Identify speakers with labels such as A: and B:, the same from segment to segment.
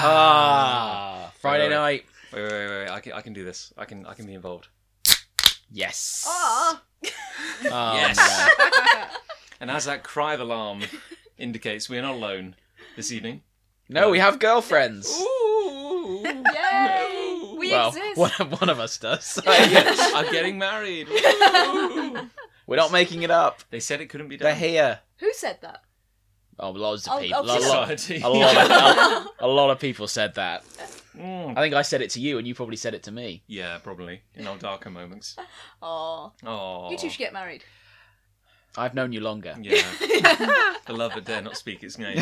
A: Ah, Friday
B: Right.
A: night.
B: Wait, wait, wait, wait. I can, I can do this. I can, I can be involved.
A: Yes.
C: Ah.
A: Um,
B: Yes. And as that cry of alarm indicates, we are not alone this evening.
A: No, we have girlfriends.
B: Ooh.
C: Yay! We
A: well,
C: exist.
A: One, one of us does.
B: yes, I'm getting married. Ooh.
A: We're not making it up.
B: They said it couldn't be
A: They're
B: done.
A: here.
C: Who said that?
A: Oh, loads
C: I'll-
A: of people.
C: I'll
A: Lo-
C: just-
A: lo-
B: Society.
A: a lot of a lot of people said that.
B: Mm.
A: I think I said it to you, and you probably said it to me.
B: Yeah, probably in our darker moments.
C: Oh,
B: Oh,
C: you two should get married.
A: I've known you longer.
B: yeah, the love that dare not speak its name.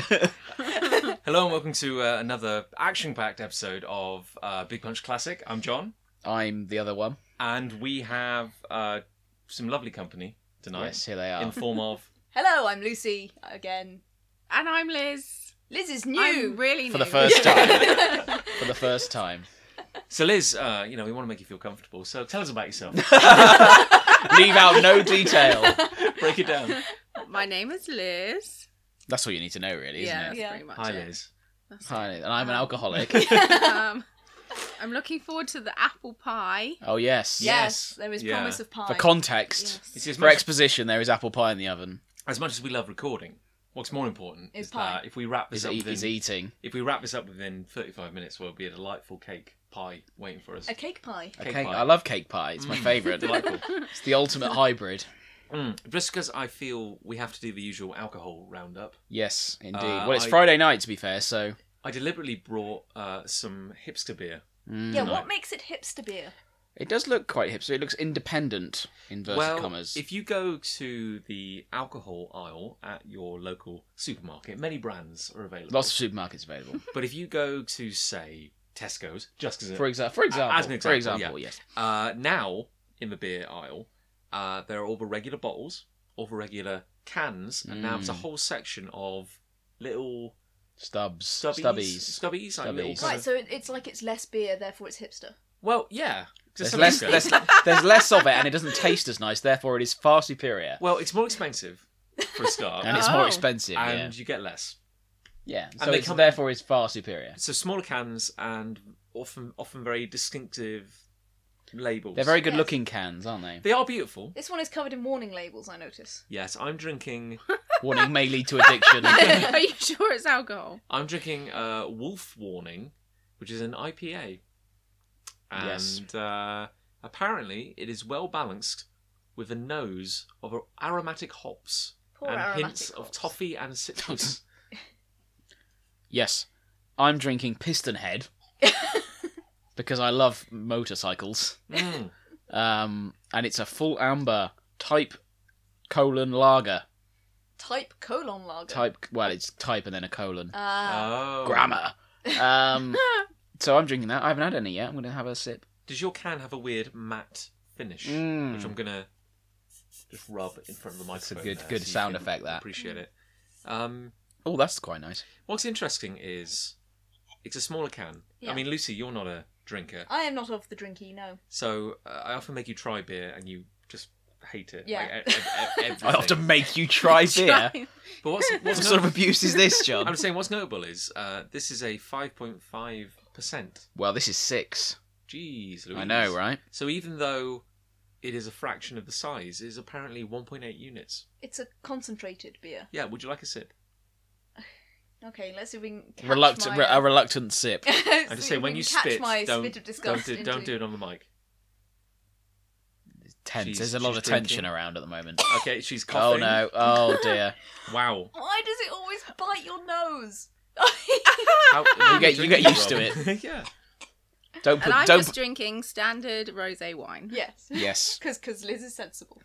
B: Hello and welcome to uh, another action-packed episode of uh, Big Punch Classic. I'm John,
A: I'm the other one.
B: and we have uh, some lovely company tonight
A: Yes, here they are.
B: in form of
C: Hello, I'm Lucy again.
D: And I'm Liz.
C: Liz is
D: I'm
C: new.
D: really
A: For
D: new.
A: the first time. For the first time.
B: so Liz. Uh, you know, we want to make you feel comfortable, so tell us about yourself.
A: Leave out no detail.
B: Break it down.
D: My name is Liz.
A: That's all you need to know, really, isn't
D: yeah,
A: it?
D: that's
C: Yeah.
D: pretty much
B: Hi,
D: it.
B: Liz.
D: That's
A: Hi, and I'm an alcoholic.
D: it. um, I'm looking forward to the apple pie.
A: Oh yes.
B: Yeah.
C: yes, there is
B: Yeah.
C: promise of pie.
A: For context,
D: Yes.
B: It's as
A: for
B: much,
A: exposition, there is apple pie in the oven.
B: as much as we love recording. What's more important
C: Is
B: is,
C: pie.
B: that if we wrap this
A: Is,
B: up,
A: e-
B: within,
A: is eating
B: if we wrap this up within 35 minutes, we'll be a delightful cake pie waiting for us. Mm.
C: a cake pie.
A: a
B: Cake
A: cake.
B: pie.
A: I love cake pie. It's my
B: Mm.
A: favourite.
B: Delightful.
A: it's the ultimate hybrid.
B: Mm. Just because I feel we have to do the usual alcohol roundup,
A: Yes, indeed.
B: Uh,
A: well, it's
B: I-
A: Friday night, to be fair. So
B: I deliberately brought uh, some hipster beer.
A: mm.
C: Yeah, what makes it hipster beer?
A: It does look quite hipster. It looks independent, inverted
B: well,
A: commas.
B: if you go to the alcohol aisle at your local supermarket, many brands are available.
A: Lots of supermarkets available.
B: But if you go to, say, Tesco's, just because
A: For, exa- for example,
B: as an
A: for
B: example,
A: example, yes.
B: Uh, now, in the beer aisle, uh, there are all the regular bottles, all the regular cans, and now it's a
A: Mm.
B: whole section of little
A: Stubs,
B: stubbies.
A: stubbies.
B: Stubbies. Like little
A: Stubbies.
B: kind
C: Right,
B: of-
C: so it, it's like it's less beer, therefore it's hipster.
B: Well, yeah.
A: There's
B: some
A: less,
B: people-
A: there's, there's less of it, and it doesn't taste as nice. Therefore, it is far superior,
B: Well, it's more expensive for a start,
A: and
B: and,
C: Uh-huh.
A: it's more
D: Oh.
A: expensive.
B: you get less.
A: yeah, yeah.
B: they
A: So it's,
B: come-
A: therefore, it's far superior.
B: So smaller cans and often often very distinctive labels.
A: They're very good
C: Yes.
A: looking cans, aren't they?
B: They are beautiful.
C: This one is covered in warning labels, I notice.
B: Yes, I'm drinking.
A: Warning may lead to addiction.
D: Are you sure it's alcohol?
B: I'm drinking uh, Wolf Warning, which is an IPA, and
A: Yes.
B: uh, apparently it is well balanced with a nose of aromatic hops
C: Poor
B: and
C: Oh, aromatic
B: hints of
C: hops.
B: toffee and citrus.
A: yes, I'm drinking Piston Head because I love motorcycles,
B: Mm.
A: um, and it's a full amber type colon lager.
C: Type colon lager.
A: Type well, it's type and then a colon.
C: Ah.
B: Oh.
A: Grammar. Um, so I'm drinking that. I haven't had any yet. I'm going to have a sip.
B: Does your can have a weird matte finish,
A: Mm.
B: which I'm gonna just rub in front of the microphone?
A: a good-
B: there
A: good
B: you
A: sound
B: can
A: effect, that.
B: appreciate it. Um,
A: Oh, that's quite nice.
B: what's interesting is it's a smaller can.
C: Yeah.
B: I mean, Lucy, you're not a drinker,
C: I am not of the drinky, no.
B: so uh, I often make you try beer and you just hate it.
C: Yeah.
B: like, e- e- e-
A: I have to
B: everything.
A: make you try beer.
D: Try-
B: But what's,
A: What
B: what's
A: sort of
B: no-
A: abuse is this, John?
B: I'm saying what's notable is uh, this is a 5.5 percent.
A: well, this is six.
B: Jeez, Louise.
A: I know, right?
B: So even though it is a fraction of the size, it is apparently 1.8 units.
C: It's a concentrated beer.
B: Yeah, would you like a sip?
C: Okay, let's see if we can catch
A: Reluctant,
C: my... uh,
A: re- a reluctant sip.
C: I
B: I just say when you spit,
C: my
B: don't,
C: spit of
B: don't,
C: disgust
B: do,
C: into...
B: don't do it on the mic.
A: Tense.
B: She's-
A: There's a lot
B: she's
A: of tension
B: drinking.
A: around at the moment.
B: Okay, she's
A: oh
B: coughing.
A: no! Oh dear!
B: Wow.
C: Why does it always bite your nose?
B: How,
A: You get- you get used to
B: it. yeah.
A: Don't
D: and I'm
A: put. Don't.
D: just drinking standard rosé wine.
C: yes.
A: put- yes.
C: Because Liz is sensible.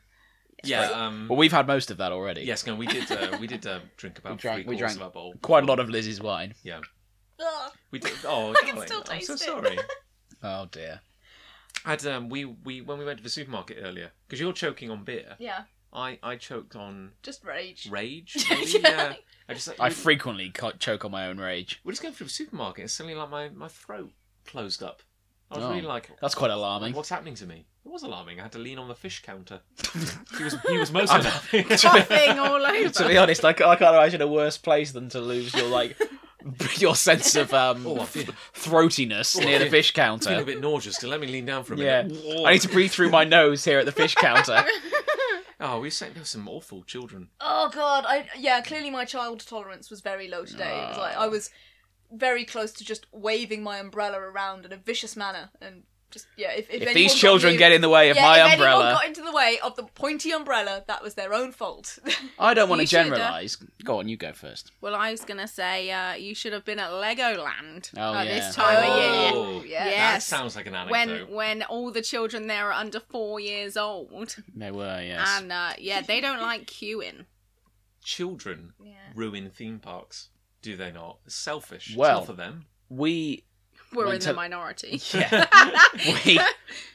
B: Yeah. Um,
A: Well, we've had most of that already.
B: yes. No, we did. Uh, we did uh, drink about
A: We drank-
B: three
A: we drank
B: quarters of our bowl.
A: Quite a lot of Liz's wine.
B: Yeah.
C: Ugh.
B: We did. Oh,
C: I can
B: darling,
C: still
B: I'm so
C: taste it.
B: sorry.
A: Oh dear.
B: Had um, we we when we went to the supermarket earlier because you're choking on beer.
C: Yeah,
B: I I choked on
C: just rage.
B: rage. Maybe? yeah. I just like,
A: I
B: we-
A: frequently co- choke on my own rage.
B: We're just going through the supermarket and suddenly like my my throat closed up. I was
A: Oh.
B: really like
A: That's quite alarming.
B: What's happening to me? It was alarming. I had to lean on the fish counter. he was he was most
A: I'm-
B: alarming.
D: Coughing all over.
A: to be honest, I, ca- I can't imagine a worse place than to lose your like your sense of um,
B: Oh, I feel-
A: throatiness
B: Oh, I
A: near the
B: feel-
A: fish
B: feeling a
A: counter.
B: bit nauseous. So let me lean down for a
A: Yeah,
B: minute.
A: I need to breathe through my nose here at the fish counter.
B: Oh, we sent there were some awful children.
C: Oh god, I yeah, clearly my child tolerance was very low today. It was like I was very close to just waving my umbrella around in a vicious manner and just yeah, if,
A: If
C: if, anyone
A: these
C: got
A: children
C: near-
A: get in the way of
C: yeah,
A: my
C: if anyone
A: umbrella,
C: got into the way of the pointy umbrella, that was their own fault.
A: I don't want to
D: You should, uh,
A: generalise. Go on, you go first.
D: Well, I was gonna say uh, you should have been at Legoland
A: Oh,
D: at
A: yeah.
D: this time of year.
B: Oh,
C: yeah.
B: That
D: Yes.
B: sounds like an
D: When
B: anecdote.
D: when all the children there are under four years old,
A: They were,
B: Um,
A: yes.
D: and uh, yeah, they don't like queuing.
B: Children
C: Yeah.
B: ruin theme parks, do they not? It's selfish.
A: Well.
B: it's not for them.
A: We
D: We're
A: Went
D: in
A: to-
D: the minority.
A: yeah. we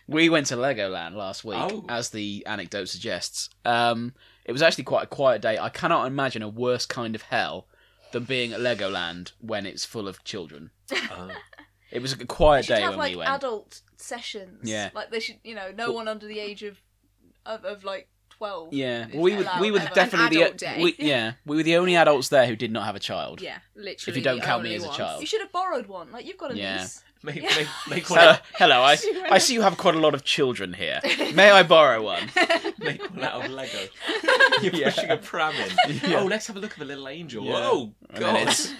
A: we went to Legoland last week,
B: Oh.
A: as the anecdote suggests. Um, it was actually quite a quiet day. I cannot imagine a worse kind of hell than being at Legoland when it's full of children.
B: Oh.
A: It was a
C: They
A: quiet
C: should
A: day
C: have
A: when
C: like
A: we went.
C: adult sessions.
A: Yeah.
C: Like they should, you know, no one under the age of of, of like 12.
A: yeah,
C: is
A: well, we were
C: allowed
A: we were
C: ever.
A: definitely the
D: adult day.
A: we, yeah we were the only adults there who did not have a child.
D: Yeah, literally.
A: If you don't
D: the
A: count me
D: only
A: as a
D: ones.
A: child.
C: You should have borrowed one. Like you've got a
A: Yeah.
C: niece.
B: Make,
C: Yeah.
B: make, make, one
A: Hello,
B: out,
A: hello. I, I see you have quite a lot of children here. May I borrow one?
B: make one out of Lego. You're
A: Yeah.
B: pushing a pram in.
A: Yeah.
B: Oh, let's have a look at the little angel.
A: Yeah.
B: Oh,
A: And then
B: God.
A: it's-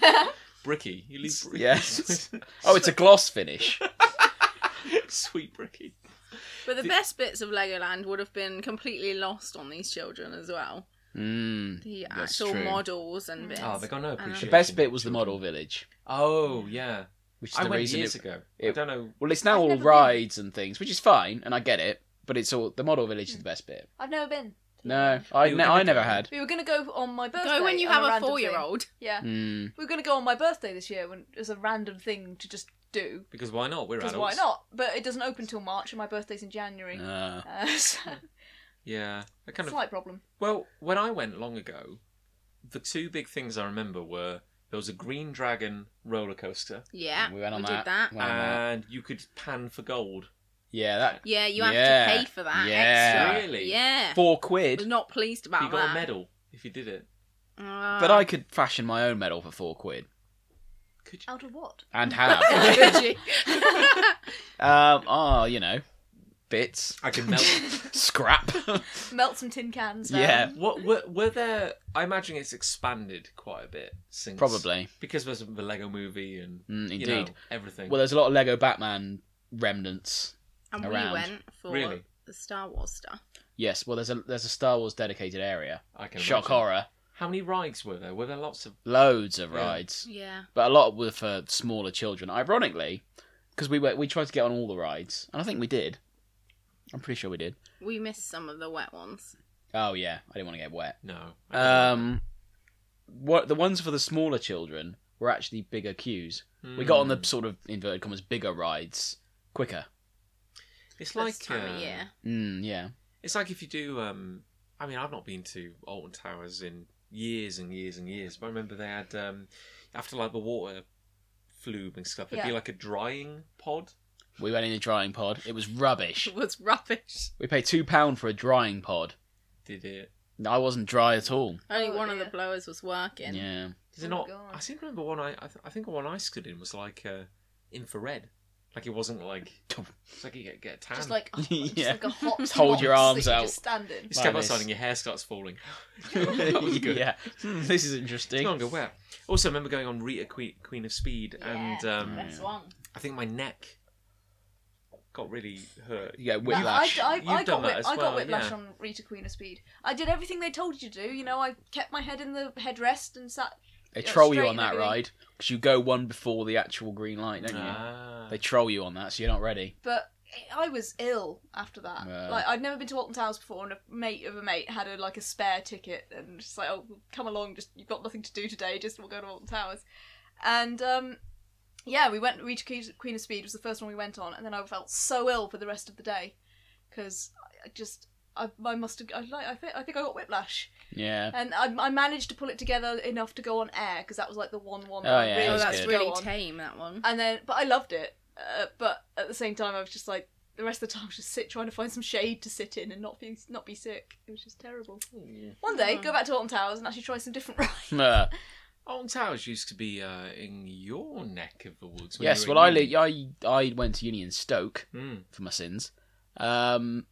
B: Bricky. You leave Bricky.
A: Yes. Oh, it's a gloss finish.
B: Sweet Bricky.
D: But the
B: The-
D: best bits of Legoland would have been completely lost on these children as well.
A: Mm.
D: The
A: That's
D: actual
A: true.
D: models and bits.
B: Oh, they got no
C: Um,
B: appreciation.
A: The best bit was the model village,
B: Oh, yeah.
A: which is
B: I
A: the
B: went
A: reason
B: years
A: it,
B: ago. I
A: it-
B: don't know.
A: Well, it's now
C: I've
A: all
C: never been.
A: rides and things, which is fine, and I get it. But it's all the model village is the best bit.
C: I've never been.
A: No, I,
B: You
A: ne-
B: never
A: I never
B: go.
A: had.
C: We were going to go on my birthday.
D: Go when you
C: on
D: have a,
C: random thing.
D: four-year-old.
C: Yeah.
A: Mm.
C: We were going to go on my birthday this year when it was a random thing to just do.
B: Because why not? We're
C: Because
B: adults.
C: why not? But it doesn't open till March and my birthday's in January.
A: Uh,
C: Uh, so,
B: Yeah. I kind of
C: slight problem.
B: Well, when I went long ago, the two big things I remember were there was a Green Dragon roller coaster,
D: Yeah,
A: we went on
D: did
A: that.
D: that.
A: went on that.
B: and you could pan for gold.
A: Yeah, that
D: Yeah, you have
A: Yeah.
D: to pay for that.
A: Yeah.
D: Extra.
B: Really?
D: Yeah.
A: four
D: I was
A: quid.
D: not pleased about
B: you got
D: that.
B: a medal if you did it.
D: Ah.
A: But I could fashion my own medal for four quid
B: Could
D: Oh.
B: you?
C: Out of what?
A: and have.
D: Could you?
A: um, oh, you know, bits,
B: I could melt.
A: scrap.
C: Melt some tin cans. Down.
A: Yeah.
B: what were, were there? I imagine it's expanded quite a bit since
A: Probably,
B: because there's the Lego Movie and
A: mm,
B: you
A: indeed.
B: know, everything.
A: Well, there's a lot of Lego Batman remnants.
D: and
A: Around.
D: we went for
B: Really?
D: the Star Wars stuff.
A: Yes, well, there's a there's a Star Wars dedicated area.
B: I can
A: Shock
B: imagine.
A: horror,
B: How many rides were there? Were there lots of?
A: loads of
B: Yeah.
A: rides.
D: Yeah.
A: but a lot were for smaller children. Ironically, because we were, we tried to get on all the rides, and I think we did. I'm pretty sure we did.
D: We missed some of the wet ones.
A: Oh yeah, I didn't want to get wet.
B: No.
A: Um, what the ones for the smaller children were actually bigger queues.
B: Hmm.
A: We got on the sort of inverted commas bigger rides quicker.
B: It's
D: This
B: like
D: time
B: uh,
D: of year.
A: Mm, yeah,
B: It's like if you do. Um, I mean, I've not been to Alton Towers in years and years and years, but I remember they had um, after like the water flume and stuff. It'd be
C: Yeah.
B: like a drying pod.
A: we went in a drying pod. It was rubbish.
D: It was rubbish.
A: We paid two pound for a drying pod.
B: Did it?
A: I wasn't dry at all.
D: Only
C: Oh,
D: one of the
C: dear.
D: blowers was working.
A: Yeah,
B: Is it
C: Oh,
B: not?
C: God.
B: I seem to remember one. I I, th- I think one I stood in was like uh, infrared. Like it wasn't like it's like you get get a tan.
C: Just like, oh, just
A: Yeah.
C: like a hot
A: Just hold
C: spot
A: your
C: that
A: arms
C: you
A: out.
C: Just stand in.
B: you step
A: Like this.
B: outside and your hair starts falling. that was good.
A: Yeah, Hmm, this is
B: It's
A: interesting.
B: no longer wet. Also, I remember going on Rita Queen, Queen of Speed, and
C: Yeah.
B: um,
A: Best
D: one.
B: I think my neck got really hurt.
A: You get
C: No, I-
A: whiplash.
C: I, I,
B: You've
C: I
B: done
C: got,
B: that
C: whip,
B: as
C: I got
B: well,
C: whiplash
B: yeah.
C: on Rita Queen of Speed. I did everything they told you to do. You know, I kept my head in the headrest and sat.
A: They
C: Yeah,
A: troll you
C: straight
A: on
C: and
A: that ride 'cause
C: everything.
A: ride because you go one before the actual green light, don't you?
B: Ah.
A: They troll you on that, so you're not ready.
C: But I was ill after that.
A: Yeah.
C: Like I'd never been to Alton Towers before, and a mate of a mate had a like a spare ticket, and just like, oh, come along. Just you've got nothing to do today. Just we'll go to Alton Towers, and um. Yeah, we went. Rita Queen- Queen of Speed was the first one we went on, and then I felt so ill for the rest of the day, because I just I, I must have I like I think I think I got whiplash.
A: Yeah.
C: And I, I managed to pull it together enough to go on air because that was like the one one.
A: Oh,
C: That
A: yeah,
C: I really
A: it
D: Oh,
A: was
D: that's
A: good.
C: wanted to go
D: really
C: on.
D: tame, that one.
C: And then, but I loved it. Uh, but at the same time, I was just like the rest of the time, I was just sit trying to find some shade to sit in and not be not be sick. It was just terrible. One day,
D: Mm.
C: go back to Alton Towers and actually try some different rides.
A: Uh,
B: Alton Towers used to be uh, in your neck of the woods. when
A: yes,
B: you were
A: well, I,
B: at uni.
A: li- I I went to uni in Stoke
B: Mm.
A: for my sins, um,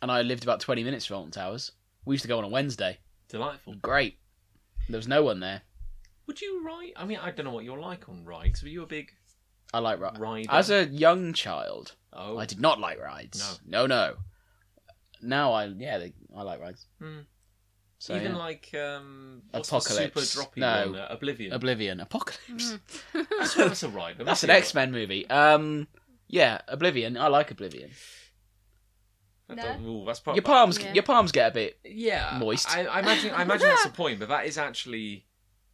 A: and I lived about twenty minutes from Alton Towers. We used to go on a Wednesday.
B: Delightful.
A: Great. There was no one there.
B: Would you ride? I mean, I don't know what you're like on rides. Were you a big
A: I like rides.
B: rider?
A: As a young child,
B: oh,
A: I did not like rides. No, no. Now I yeah, they, I like rides.
B: Hmm.
A: So
B: even
A: yeah.
B: like um, what's the
A: Apocalypse.
B: super droppy
A: No.
B: one, uh, Oblivion.
A: Oblivion, Apocalypse.
B: that's, that's a ride. that
A: That's
B: must
A: an
B: be a
A: X Men movie. Um, yeah, Oblivion. I like Oblivion.
B: ride.
C: No.
B: That don't- ooh, that's part.
A: Your palms,
D: Yeah.
A: your palms get a bit.
B: yeah,
A: moist.
B: I, I imagine. I imagine that's a point, but that is actually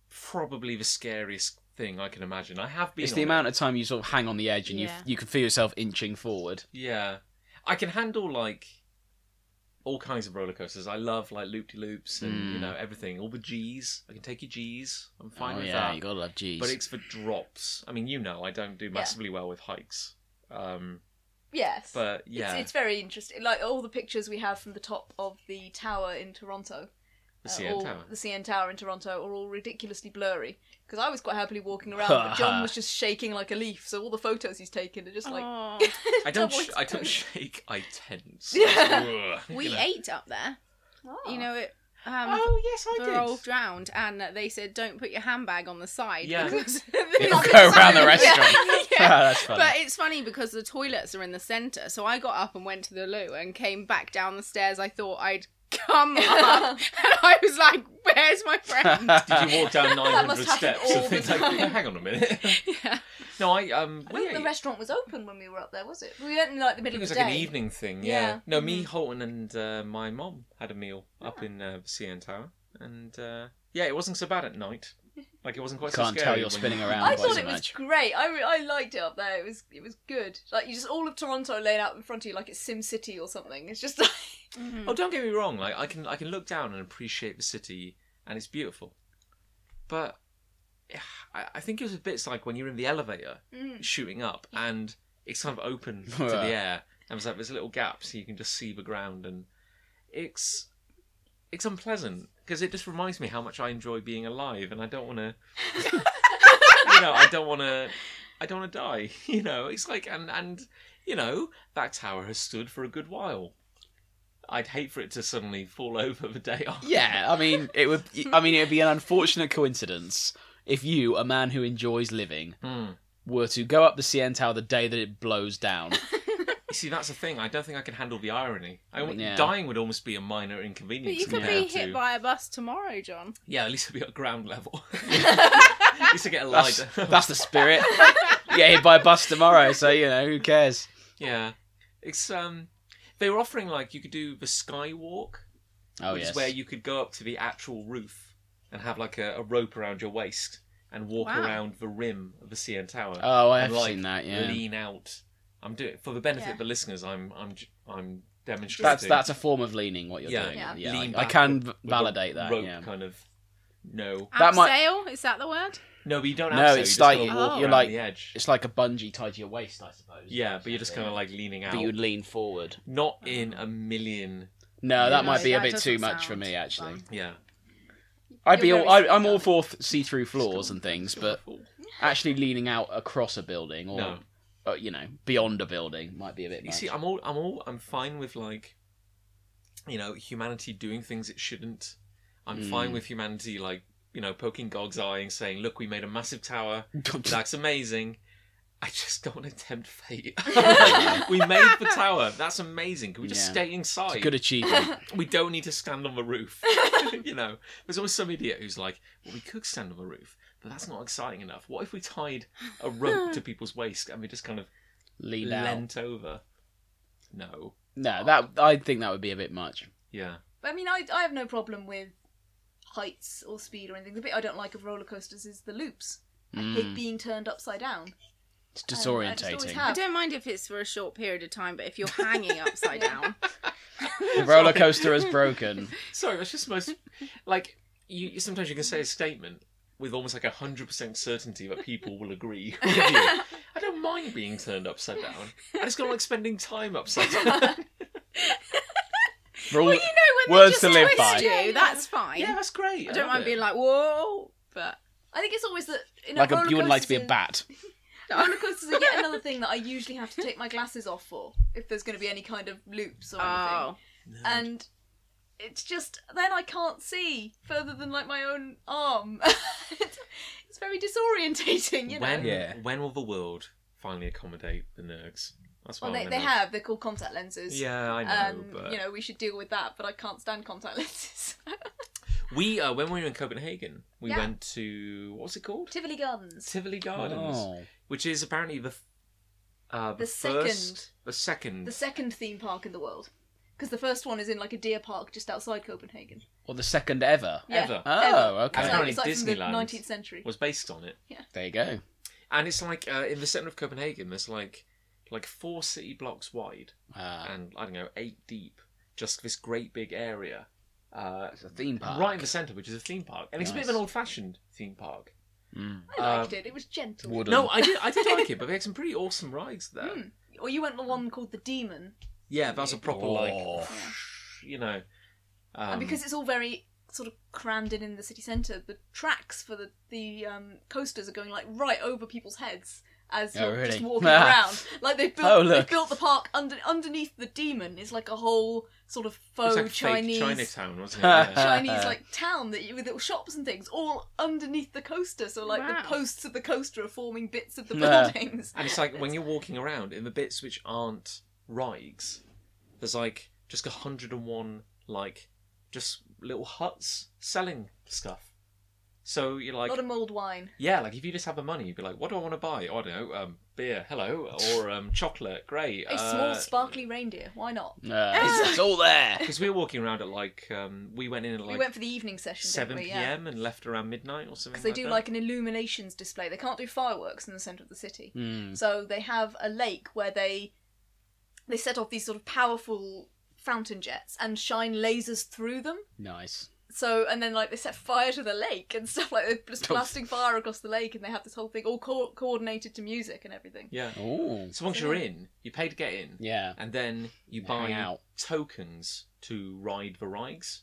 B: probably the scariest thing I can imagine. I have been.
A: It's
B: on
A: the
B: it.
A: amount of time you sort of hang on the edge and
D: Yeah.
A: you you can feel yourself inching forward.
B: Yeah, I can handle like all kinds of roller coasters. I love like loop de loops and you
A: Mm.
B: know everything. All the G's. I can take your G's. I'm fine
A: oh
B: with
A: yeah,
B: that.
A: you gotta love G's.
B: But it's for drops. I mean, you know, I don't do massively well with hikes. Um,
C: Yes.
B: but
C: It's,
B: yeah,
C: it's very interesting. Like all the pictures we have from the top of the tower in Toronto,
B: the
C: uh,
B: CN
C: all-
B: Tower.
C: the CN Tower in Toronto, are all ridiculously blurry. Because I was quite happily walking around, but John was just shaking like a leaf. So all the photos he's taken are just like
D: Aw.
B: I don't.
C: double
B: Sh- I don't
C: exposed.
B: shake. I tense.
C: Yeah.
B: Ugh,
D: we
B: you know.
D: ate up there. You know it. Um,
B: Oh yes, I
D: we
B: did.
D: were all drowned, and they said, "Don't put your handbag on the side."
B: Yeah.
D: because-
A: It'll go around the
D: Yeah.
A: restaurant.
D: Yeah.
A: that's funny.
D: But it's funny because the toilets are in the centre. So I got up and went to the loo and came back down the stairs. I thought I'd come up, and I was like, "Where's my friend?"
B: Did you walk down
C: That
B: 900
C: must happen
B: steps
C: all
B: and
C: the
B: things like that?
C: time.
B: Hang on a minute.
D: yeah.
B: No, I um. we
C: I don't think
B: ate-
C: the restaurant was open when we were up there, was it? We went in like the
B: I
C: middle
B: think it
C: of the
B: was like an
C: day.
B: evening thing. Yeah.
C: Yeah. Mm-hmm.
B: No, me, Holton, and uh, my mom had a meal up in uh, CN Tower, and uh, yeah, it wasn't so bad at night. Like it wasn't quite. so
A: Can't
B: scary
A: tell you're
B: when
A: spinning
B: you-
A: around
C: I
A: quite
C: thought
A: so
C: it was
A: much.
C: great. I, re- I liked it up there. It was it was good. Like you just all of Toronto laid out in front of you like it's Sim City or something. It's just like
D: Mm-hmm.
B: Oh, don't get me wrong. Like I can, I can look down and appreciate the city, and it's beautiful. But yeah, I, I think it was a bit like when you're in the elevator
C: Mm.
B: shooting up, and it's kind of open to
A: Yeah.
B: the air, and there's like this little gap, so you can just see the ground, and it's it's unpleasant because it just reminds me how much I enjoy being alive, and I don't want to, you know, I don't want to, I don't want to die. You know, it's like and and you know that tower has stood for a good while. I'd hate for it to suddenly fall over the day after.
A: Yeah, I mean, it would. I mean, it would be an unfortunate coincidence if you, a man who enjoys living,
B: Hmm.
A: were to go up the CN Tower the day that it blows down.
B: You see, that's the thing. I don't think I can handle the irony. I, would-
A: Yeah.
B: Dying would almost be a minor
D: But
B: inconvenience.
D: you could
B: compared
D: be hit
B: to-
D: by a bus tomorrow, John.
B: Yeah, at least it'd be at ground level. at least I get a
A: That's,
B: lighter.
A: that's the spirit. Yeah, hit by a bus tomorrow, so you know who cares.
B: yeah. It's um they were offering like you could do the skywalk,
A: Oh
B: which
A: yes.
B: is where you could go up to the actual roof and have like a, a rope around your waist and walk
D: Wow.
B: around the rim of the CN Tower.
A: Oh, I
B: and,
A: have
B: like,
A: seen that. Yeah,
B: Lean out. I'm doing for the benefit of
D: Yeah.
B: the listeners. I'm I'm j- I'm demonstrating.
A: that's that's a form of leaning. What you're
B: Yeah.
A: doing.
C: Yeah.
A: Yeah,
B: Lean
A: I, I
B: back
A: can
B: with-
A: v-
B: with a
A: validate that.
B: rope
A: Yeah.
B: kind of. No,
A: That might-
D: Abseil? Is that the word?
B: no, but you don't.
A: No,
B: have to,
A: it's
B: you just
A: like-
B: gotta walk
D: Oh.
A: you're
B: around
A: like-
B: the edge.
A: It's like a bungee tied to your waist, I suppose.
B: Yeah, but you're just kind of like leaning out.
A: But you would lean forward.
B: Not
D: Oh.
B: in a million.
A: No, that
D: No,
A: might be a
D: that
A: bit too
D: doesn't
A: much
D: sound
A: for me, actually.
D: fun.
B: Yeah.
A: I'd be
C: You're
A: all,
C: very
A: I, I'm all
C: smart.
A: for th- see-through floors and things, but actually leaning out across a building or
B: No.
A: uh, you know beyond a building might be a bit.
B: You
A: much.
B: see, I'm all, I'm all, I'm fine with like, you know, humanity doing things it shouldn't. I'm fine
A: Mm.
B: with humanity like, you know, poking Gog's eye and saying, "Look, we made a massive tower. That's amazing." I just don't want to tempt fate. we made the tower. That's amazing. Can we just
A: Yeah.
B: stay inside?
A: It's a good achievement.
B: we don't need to stand on the roof. you know, there's always some idiot who's like, well, we could stand on the roof, but that's not exciting enough. What if we tied a rope to people's waist and we just kind of
A: Lean out.
B: leant over? No.
A: No, that I think that would be a bit much.
B: Yeah.
C: But I mean, I, I have no problem with heights or speed or anything. The bit I don't like of roller coasters is the loops. I hate
A: Mm,
C: being turned upside down.
A: it's
C: just always
A: disorientating.
D: I
C: have-
D: don't mind if it's for a short period of time, but if you're hanging upside down,
A: the roller coaster is broken.
B: Sorry, that's just most like you. you- Sometimes you can say a statement with almost like a hundred percent certainty that people will agree with you. I don't mind being turned upside down. I just don't like spending time upside down.
A: We're all-
D: well, you know when
A: Words
D: they just
A: to live
D: twist
A: by.
D: you,
C: Yeah, yeah.
D: that's fine.
B: yeah, that's great.
D: I don't
B: love
D: mind
B: it.
D: being like whoa, but
C: I think it's always that in
A: Like,
C: a,
A: a, you wouldn't like to be a
C: bat.
A: bat.
C: Roller coasters are yet another thing that I usually have to take my glasses off for if there's going to be any kind of loops or anything.
D: Oh,
C: And it's just then I can't see further than like my own arm. it's, it's very disorientating, you know.
B: when,
A: Yeah.
B: when will the world finally accommodate the nerds? That's what
C: well,
B: I
C: they,
B: wanna
C: they
B: know.
C: have. They're called contact lenses.
B: Yeah, I know,
C: Um,
B: but
C: you know, we should deal with that, but I can't stand contact lenses.
B: we uh, when we were in Copenhagen, we
C: Yeah.
B: went to what was it called?
C: Tivoli Gardens.
B: Tivoli Gardens,
A: Oh.
B: which is apparently the f- uh, the,
C: The second-
B: first, the second.
C: the second theme park in the world. Because the first one is in like a deer park just outside Copenhagen.
A: Or the second ever.
C: Yeah.
B: Ever.
A: Oh, okay.
C: It's like,
B: Apparently
C: it's like from the
B: Disneyland
C: 19th century.
B: was based on it,
A: There you go.
B: and it's like uh, in the centre of Copenhagen. There's like like four city blocks wide,
A: Ah,
B: and I don't know eight deep. Just this great big area, uh,
A: it's a theme park.
B: right in the centre, which is a theme park, and it's a bit of an
A: Nice.
B: old-fashioned theme park.
A: Mm.
C: I
B: Uh,
C: liked it. It was gentle.
A: Wooden.
B: No, I did, I did like it, but they had some pretty awesome rides there.
C: Mm. Or you went the one called the Demon,
B: Yeah, that's a proper like,
A: Oh.
B: you know, um,
C: and because it's all very sort of crammed in in the city centre, the tracks for the the um, coasters are going like right over people's heads as
A: Oh,
C: you're just
A: really?
C: walking
A: Ah.
C: around. Like they've built,
A: Oh,
C: they've
A: look.
C: built the park under underneath the Demon is like a whole sort of
B: it was
C: faux
B: like
C: Chinese.
B: fake uh, Chinatown, wasn't it? Yeah.
C: Chinese like town that you, with little shops and things all underneath the coaster. So like
D: Wow.
C: the posts of the coaster are forming bits of the
A: Yeah.
C: buildings.
B: and it's like when you're walking around in the bits which aren't rides, there's like just hundred and one like just little huts selling stuff. So you're
C: a
B: like,
C: lot of mulled wine.
B: yeah, like if you just have the money, you'd be like, what do I want to buy? Oh, I don't know, um, beer, hello, or um, chocolate, great. uh,
C: A small sparkly reindeer. Why not?
A: Ah, it's, it's all there.
B: Because we were walking around at like, um, we went in at like
C: we went for the evening session.
B: 7
C: didn't we?
B: p.m.
C: Yeah.
B: and left around midnight or something.
C: because they do
B: that.
C: like an illuminations display. They can't do fireworks in the center of the city,
B: Hmm.
A: Mm.
C: so they have a lake where they they set off these sort of powerful fountain jets and shine lasers through them.
A: Nice.
C: So and then like they set fire to the lake and stuff like they're just blasting fire across the lake, and they have this whole thing all co- coordinated to music and everything.
B: yeah.
A: Oh.
B: So once
C: So,
B: you're
C: yeah.
B: in, you pay to get in,
A: Yeah.
B: and then you
A: Hang
B: buy
A: out.
B: tokens to ride the rides.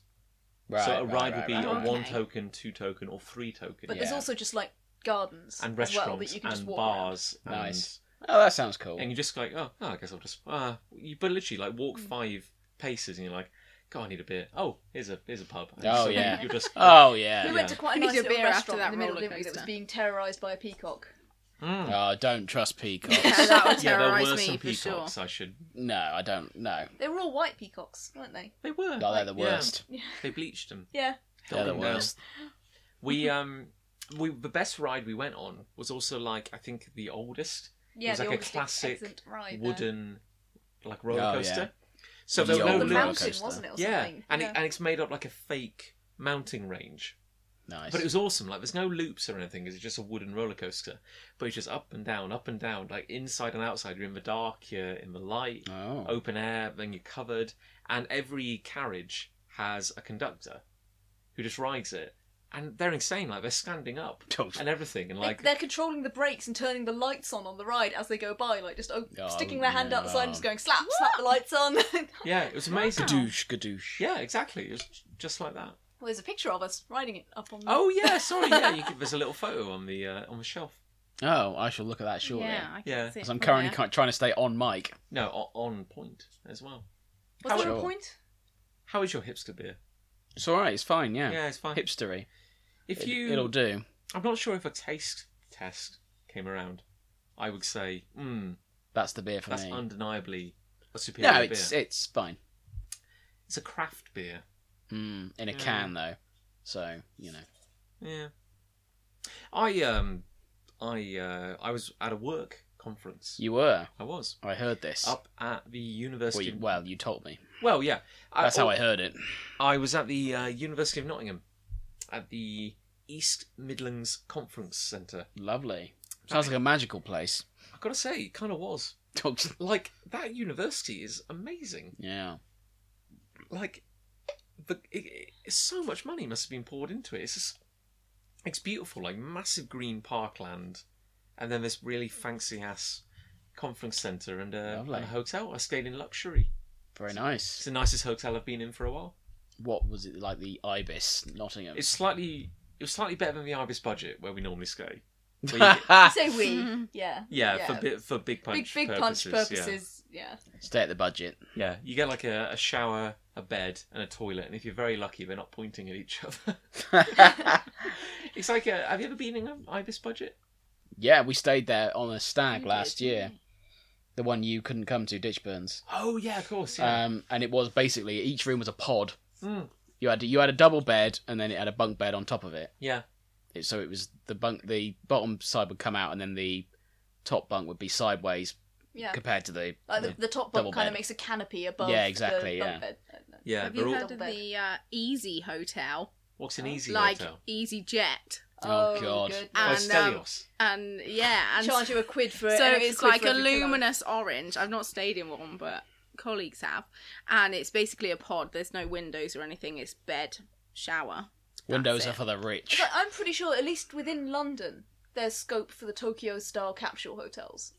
A: Right.
B: so a
A: right,
B: ride
A: right,
B: would be
A: right,
B: a
A: right.
B: one
D: Okay.
B: token, two token, or three token,
C: But
A: Yeah.
C: there's also just like gardens
B: and
C: as well
B: restaurants
C: that you can just
B: and
C: walk around.
B: bars. And,
A: Nice. Oh, that sounds cool.
B: And you're just like, oh, oh, I guess I'll just. Uh, you but literally like
A: Hmm.
B: walk five paces, and you're like, God, I need a beer. Oh, here's a here's a pub. And
A: Oh,
B: so
A: yeah.
B: You're just.
A: Oh
C: We
A: yeah.
C: went
B: Yeah.
C: to quite a
D: We need
C: nice
D: a
C: little
D: beer after
C: restaurant in
D: that
C: the middle of
D: roller
C: Limerick that was
D: coaster.
C: being terrorised by a peacock.
B: Mm.
A: Oh, don't trust peacocks.
D: yeah, that would
B: yeah, there
D: terrorise
B: were
D: me
B: some
D: for sure.
B: peacocks. I should.
A: No, I don't. No.
C: They were all white peacocks, weren't they?
B: They were.
A: Oh, they're the
B: like, yeah,
A: worst.
B: they bleached them.
C: Yeah.
A: They're the
B: Dumbing down.
A: worst.
B: We um we the best ride we went on was also like I think the oldest
C: Yeah,
B: was
C: the
B: like a
C: oldest
B: classic
C: extant ride there.
B: wooden like roller
A: Oh,
B: coaster.
A: yeah.
B: So
A: Was
B: there
A: it
B: were
A: on
B: no
C: the
A: roller
B: loops.
C: mountain,
A: coaster.
C: wasn't it? Or
B: Yeah,
C: something?
B: and
C: yeah.
B: It, and it's made up like a fake mounting range,
A: Nice.
B: but it was awesome. Like there's no loops or anything. 'cause It's just a wooden roller coaster, but it's just up and down, up and down, like inside and outside. You're in the dark, you're in the light,
A: Oh.
B: open air, then you're covered, and every carriage has a conductor who just rides it. And they're insane, like they're standing up
A: Don't-
B: and everything, and
C: They-
B: like
C: they're controlling the brakes and turning the lights on on the ride as they go by, like just oh,
A: Oh,
C: sticking their hand out the
A: no.
C: side and just going slap, slap the lights on. well,
B: Yeah, it was amazing.
A: Gadoosh,
C: oh.
A: gadoosh.
B: Yeah, exactly. It was just like that.
C: there's a picture of us riding it up on. the-
B: Oh yeah, sorry. Yeah, you could, there's a little photo on the uh, on the shelf.
A: Oh, I shall look at that shortly.
D: Yeah, I can
B: Yeah.
D: see it
A: Because I'm
D: from
A: currently
D: there.
A: ki- trying to stay on mic.
B: No, o- on point as well.
C: was there a
A: Sure.
C: point?
B: How is your hipster beer?
A: It's all right. It's fine. Yeah.
B: Yeah, it's fine.
A: Hipstery.
B: if
A: It-
B: you,
A: It'll do.
B: I'm not sure if a taste test came around. I would say, mm,
A: That's the beer for
B: that's
A: me.
B: undeniably a superior
A: no, it's
B: beer.
A: it's fine.
B: It's a craft beer.
A: Mm, in a
B: Yeah.
A: can though, so you know.
B: Yeah. I um, I uh, I was at a work conference.
A: You were.
B: I was
A: I heard this.
B: up at the
A: well,
B: University.
A: you, well, you told me.
B: of... well yeah.
A: That's how
B: oh,
A: I heard it.
B: I was at the uh, University of Nottingham at the East Midlands Conference Centre.
A: Lovely. Sounds like a magical place.
B: I've got to say, it kind of was. Like, that university is amazing.
A: yeah.
B: Like, the, it, it, so much money must have been poured into it. It's just, it's beautiful, like massive green parkland, and then this really fancy ass conference centre and a,
A: Lovely.
B: and a hotel. I stayed in luxury.
A: Very
B: It's
A: nice.
B: the nicest hotel I've been in for a while.
A: What was it like? The Ibis, Nottingham.
B: It's slightly. was slightly better than the Ibis budget where we normally stay. Where you get-
C: I
A: Stay
C: say we.
D: Mhm.
C: Yeah.
B: yeah, for bit for big
C: Big
B: punch
C: big
B: purposes,
C: punch purposes. Yeah.
A: at the budget.
B: Yeah. yeah, you get like a, a shower, a bed, and a toilet, and if you're very lucky, they're not pointing at each other. it's like, a, have you ever been in an Ibis budget?
A: yeah, we stayed there on a stag
D: You
A: last
D: did,
A: year.
D: didn't
A: The one you couldn't come to, Ditchburns.
B: Oh yeah, of course. Yeah.
A: Um, and it was basically each room was a pod.
B: Mm,
A: You had you had a double bed and then it had a bunk bed on top of it.
B: yeah.
A: it. So it was the bunk the bottom side would come out and then the top bunk would be sideways
C: Yeah.
A: compared to the,
C: Like the,
A: the-
C: the top
A: double
C: bunk kind
A: bed.
C: of makes a canopy above.
A: Yeah, exactly,
C: The uh,
A: yeah.
C: bunk Bed.
B: Yeah,
D: Have
B: they're
D: you
B: all.
D: heard
C: Double
D: of
C: bed.
D: the uh, Easy Hotel?
B: What's an easy
D: like
B: hotel?
D: Easy Jet,
A: Oh, God.
C: good
B: Oh,
D: and,
C: lord.
B: it's
D: um,
B: Stelios.
D: and yeah, and
C: Charge you a quid for it.
D: so
C: an extra
D: it's
C: quid
D: like
C: for
D: a
C: every pillow.
D: luminous orange. I've not stayed in one, but colleagues have, and it's basically a pod. There's no windows or anything. It's bed, shower.
A: windows
D: That's
A: are
D: it.
A: for the
C: It's
A: rich.
C: like, I'm pretty sure, at least within London, there's scope for the Tokyo style capsule hotels.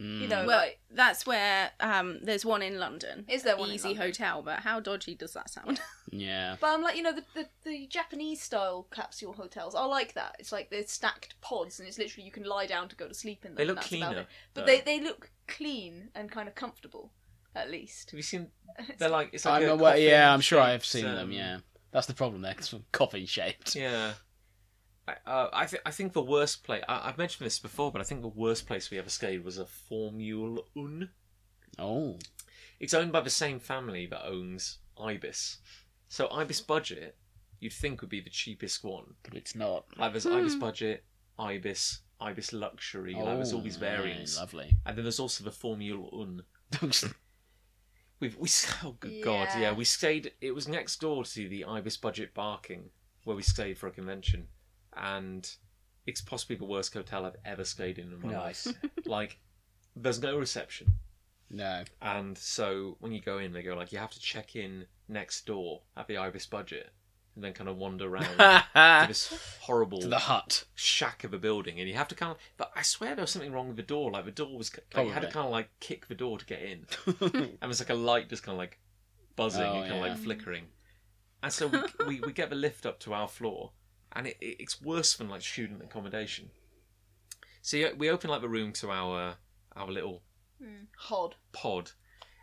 A: Mm.
C: You know,
D: Well,
C: like,
D: That's where um, there's one in London.
C: Is there one in
D: Easy
C: London?
D: Hotel? But how dodgy does that sound?
A: Yeah.
C: But I'm like, you know, the, the, the Japanese style capsule hotels are like that. It's like they're stacked pods, and it's literally you can lie down to go to sleep in them.
B: They
C: and
B: look
C: that's about
B: cleaner.
C: it.
B: though.
C: But they, they look clean and kind of comfortable, at least.
B: Have you seen? Mm. They're like it's like
A: I'm
B: a
A: aware- yeah,
B: coffin
A: I'm sure I've
B: shaped,
A: seen them.
B: um,
A: Yeah, that's the problem there, because coffin shaped.
B: yeah. I, uh, I, th- I think the worst place I- I've mentioned this before, but I think the worst place we ever stayed was a Formule Un.
A: Oh,
B: It's owned by the same family that owns Ibis, so Ibis Budget you'd think would be the cheapest one.
A: but it's not.
B: Like there's Ibis Budget, Ibis, Ibis Luxury. like there's all these
A: Oh, yeah,
B: variants,
A: lovely.
B: and then there's also the Formule Un. We've we oh good god
C: Yeah.
B: yeah we stayed it was next door to the Ibis Budget Barking where we stayed for a convention and it's possibly the worst hotel I've ever stayed in in my life
A: nice.
B: like there's no reception
A: No.
B: and so when you go in they go like you have to check in next door at the Ibis Budget and then kind of wander around to
A: to
B: this horrible
A: the hut.
B: shack of a building and you have to kind of but I swear there was something wrong with the door like the door was like, you had to
A: Probably.
B: kind of like kick the door to get in and it's like a light just kind of like buzzing
A: Oh,
B: and kind of
A: yeah.
B: like flickering. And so we, we, we get the lift up to our floor, and it, it, it's worse than like student accommodation. So yeah, we open like the room to our our little
C: Hod.
B: pod,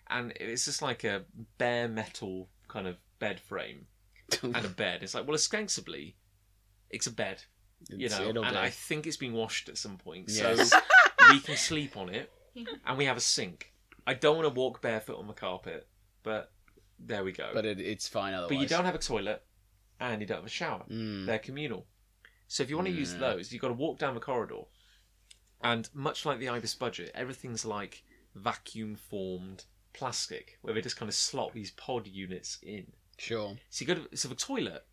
B: and it's just like a bare metal kind of bed frame and a bed. It's like well, ostensibly, it's a bed, you
A: It's-
B: know,
A: it'll
B: and
A: do.
B: I think it's been washed at some point,
A: Yes.
B: so we can sleep on it, and we have a sink. I don't want to walk barefoot on the carpet, but there we go.
A: but it, it's fine otherwise.
B: But you don't have a toilet, and you don't have a shower.
A: Mm.
B: They're communal. So if you want to use
A: Mm.
B: those, you've got to walk down the corridor, and much like the Ibis budget, everything's like vacuum formed plastic, where they just kind of slot these pod units in.
A: Sure.
B: So you go to so the toilet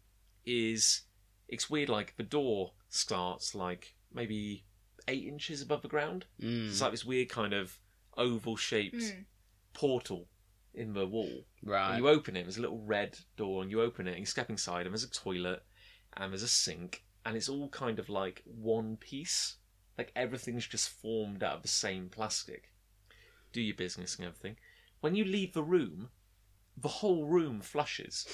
B: is it's weird. Like the door starts like maybe eight inches above the ground.
A: Mm.
B: It's like this weird kind of oval shaped
C: Mm.
B: portal in the wall. And
A: right.
B: you open it, there's a little red door, and you open it, and you step inside, and there's a toilet, and there's a sink, and it's all kind of like one piece. Like everything's just formed out of the same plastic. Do your business and everything. When you leave the room, the whole room flushes.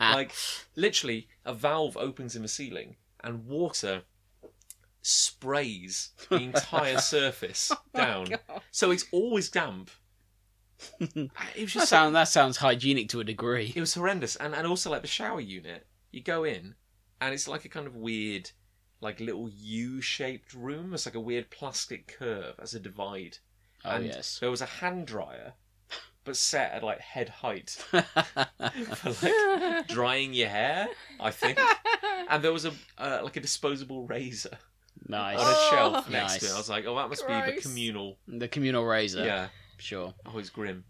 B: like, literally, a valve opens in the ceiling, and water sprays the
A: Oh
B: entire surface down. So it's always damp. it was
A: that,
B: just so
A: sound, that sounds hygienic to a degree.
B: it was horrendous, and and also like the shower unit. You go in, and it's like a kind of weird, like little U-shaped room. It's like a weird plastic curve as a divide.
A: Oh,
B: and
A: yes.
B: There was a hand dryer, but set at like head height for like
D: That's
B: drying your hair, I think. And there was a uh, like a disposable razor
A: nice.
B: on a shelf
A: Oh.
B: next to it.
A: Nice.
B: I was like, oh, that must be the
D: Gross.
B: communal.
A: The communal razor.
B: Yeah.
A: Sure.
B: Oh, it's grim.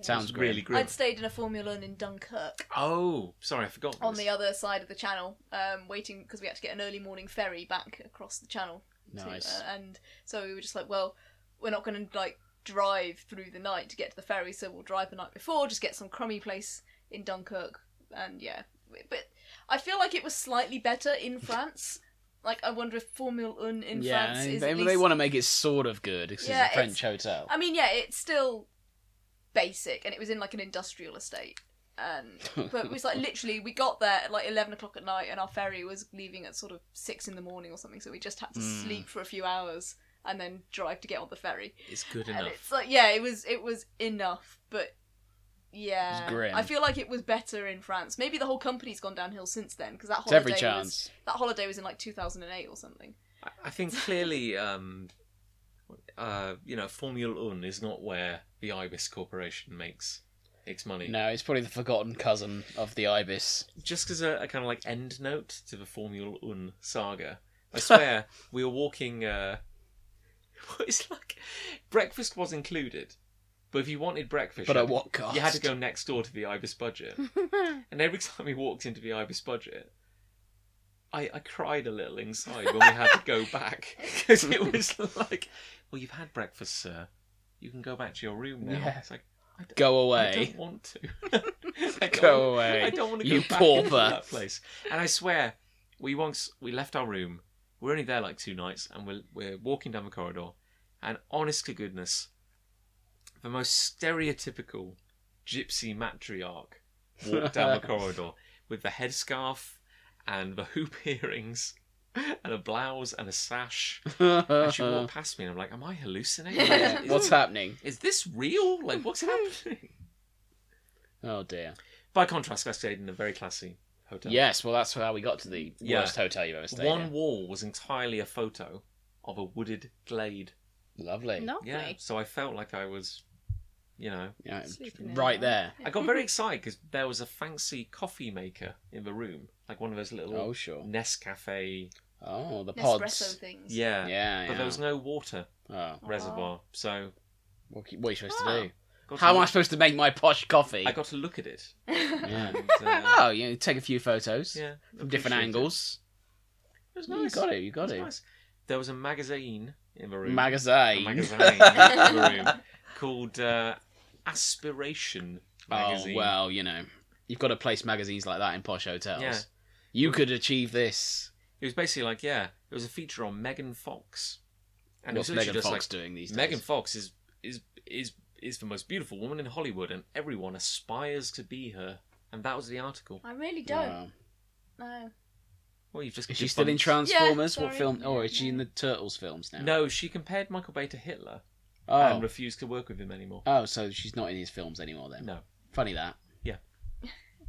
A: Sounds
B: It's
A: great.
B: really grim.
C: I'd stayed in a Formula One in Dunkirk
B: Oh, sorry, I forgot.
C: on
B: this.
C: the other side of the channel, um, waiting because we had to get an early morning ferry back across the channel. to,
A: Nice.
C: uh, and so we were just like, well, we're not going to like drive through the night to get to the ferry, so we'll drive the night before, just get some crummy place in Dunkirk, and yeah. But I feel like it was slightly better in France. Like I wonder if Formule Un in
A: yeah,
C: France
A: they,
C: is
A: they,
C: at
A: they
C: least...
A: want to make it sort of good because
C: Yeah,
A: it's a
C: it's-
A: French hotel.
C: I mean, yeah, it's still basic, and it was in like an industrial estate. and but it was like literally we got there at like 11 o'clock at night and our ferry was leaving at sort of 6 in the morning or something so we just had to
A: Mm.
C: sleep for a few hours and then drive to get on the ferry
B: It's good
C: and
B: enough.
C: it's like yeah it was it was enough but yeah
A: It was grim.
C: i feel like it was better in france maybe the whole company's gone downhill since then because that
A: It's
C: holiday
A: every
C: was
A: chance.
C: that holiday was in like 2008 or something
B: I- I think clearly, um, uh, you know, Formula One is not where the Ibis Corporation makes its money.
A: No, it's probably the forgotten cousin of the ibis.
B: Just as a, a kind of like end note to the Formula One saga, I swear we were walking. Uh, it's like breakfast was included, but if you wanted breakfast,
A: But Hmm.
B: you
A: at
B: had-
A: what cost?
B: you had to go next door to the Ibis Budget. And every time we walked into the Ibis budget, I, I cried a little inside when we had to go back because it was like, well, you've had breakfast, sir. You can go back to your room now.
A: Yeah.
B: It's like,
A: Go
B: I
A: away.
B: don't want to. I don't-
A: Go away,
B: I don't want to
A: you
B: go back
A: pauper.
B: into that place. And I swear, we once we left our room. We're only there like two nights, and we're we're walking down the corridor, and honest to goodness, the most stereotypical gypsy matriarch walked down the corridor with the headscarf and the hoop earrings and a blouse and a sash. And she walked past me, and I'm like, "Am I hallucinating?
C: Yeah.
B: Is-
A: Uh-huh. What's happening?
B: is this real? Like, what's happening?"
A: Oh dear.
B: By contrast, I stayed in a very classy hotel.
A: Yes, well, that's how we got to the
B: Yeah.
A: worst hotel you've ever stayed
B: One
A: in.
B: wall was entirely a photo of a wooded glade.
A: Lovely.
D: Lovely.
B: Yeah. So I felt like I was, you know.
A: Yeah,
D: Sleeping in
A: right there.
B: I got very excited because there was a fancy coffee maker in the room, like one of those little
A: Oh, sure.
B: Nescafe.
A: Oh, the
C: nespresso
A: pods.
C: things
B: Yeah.
A: Yeah, yeah.
B: But there was no water
A: Oh,
B: reservoir, so
A: what, what are you supposed
B: Oh.
A: to do?
B: got
A: How
B: to
A: am I
B: look-
A: supposed to make my posh coffee?
B: I got to look at it.
A: Yeah.
B: And, uh,
A: oh, you know, take a few photos
B: yeah,
A: from different
B: appreciate it.
A: angles.
B: It was
A: No, You
B: nice.
A: got it. You got
B: It
A: it.
B: was nice. There was a magazine in the room. a
A: Magazine.
B: magazine in the room called uh, Aspiration
A: oh
B: Magazine.
A: well, you know, you've got to place magazines like that in posh hotels.
B: Yeah.
A: You could achieve this.
B: It was basically like, yeah, it was a feature on Megan Fox, and
A: What's
B: it was
A: Megan
B: literally
A: Fox
B: just
A: doing these
B: like Megan
A: days?
B: Fox is is is is the most beautiful woman in Hollywood, and everyone aspires to be her. And that was the article.
C: i really don't
A: Wow.
C: no
B: Well, you've just
A: Is she still in
B: debunked-
A: Transformers? what
C: sorry.
A: film? Or is she in the Turtles films now?
B: No, she compared Michael Bay to Hitler
A: Oh.
B: and refused to work with him anymore.
A: oh, so she's not in his films anymore then.
B: No,
A: Funny that.
B: Yeah.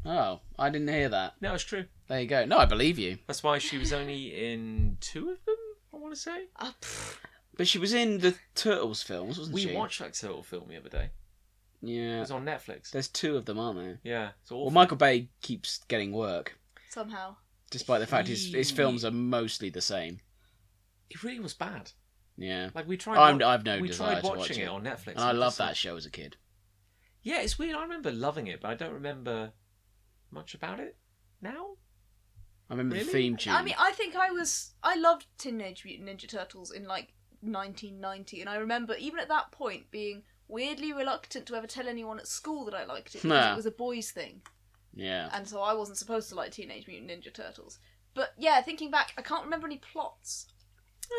A: Oh, I didn't hear that.
B: no, it's true.
A: There you go. No, I believe you.
B: That's why she was only in two of them. I want to say
C: Ah, pff.
A: But she was in the Turtles films, wasn't
B: we
A: she?
B: watched that total film the other day. It
A: Yeah.
B: was on Netflix.
A: There's two of them, aren't there?
B: Yeah, it's awful.
A: Well, Michael Bay keeps getting work,
C: somehow
A: despite the fact his, his
B: He-
A: films are mostly the same.
B: it really was bad.
A: Yeah.
B: Like we tried.
A: I'm,
B: wa-
A: I've no
B: we
A: desire
B: tried
A: to
B: watching
A: watch
B: it.
A: it.
B: on Netflix.
A: And I
B: and
A: love
B: just-
A: that show as a kid.
B: Yeah, it's weird. I remember loving it, but I don't remember much about it now.
A: I remember the
B: Really?
A: theme tune.
C: I mean, I think I was I loved Teenage Mutant Ninja Turtles in like 1990, and I remember even at that point being weirdly reluctant to ever tell anyone at school that I liked it because
A: Nah.
C: it was a boys' thing,
A: yeah.
C: and so I wasn't supposed to like Teenage Mutant Ninja Turtles. But yeah, thinking back, I can't remember any plots.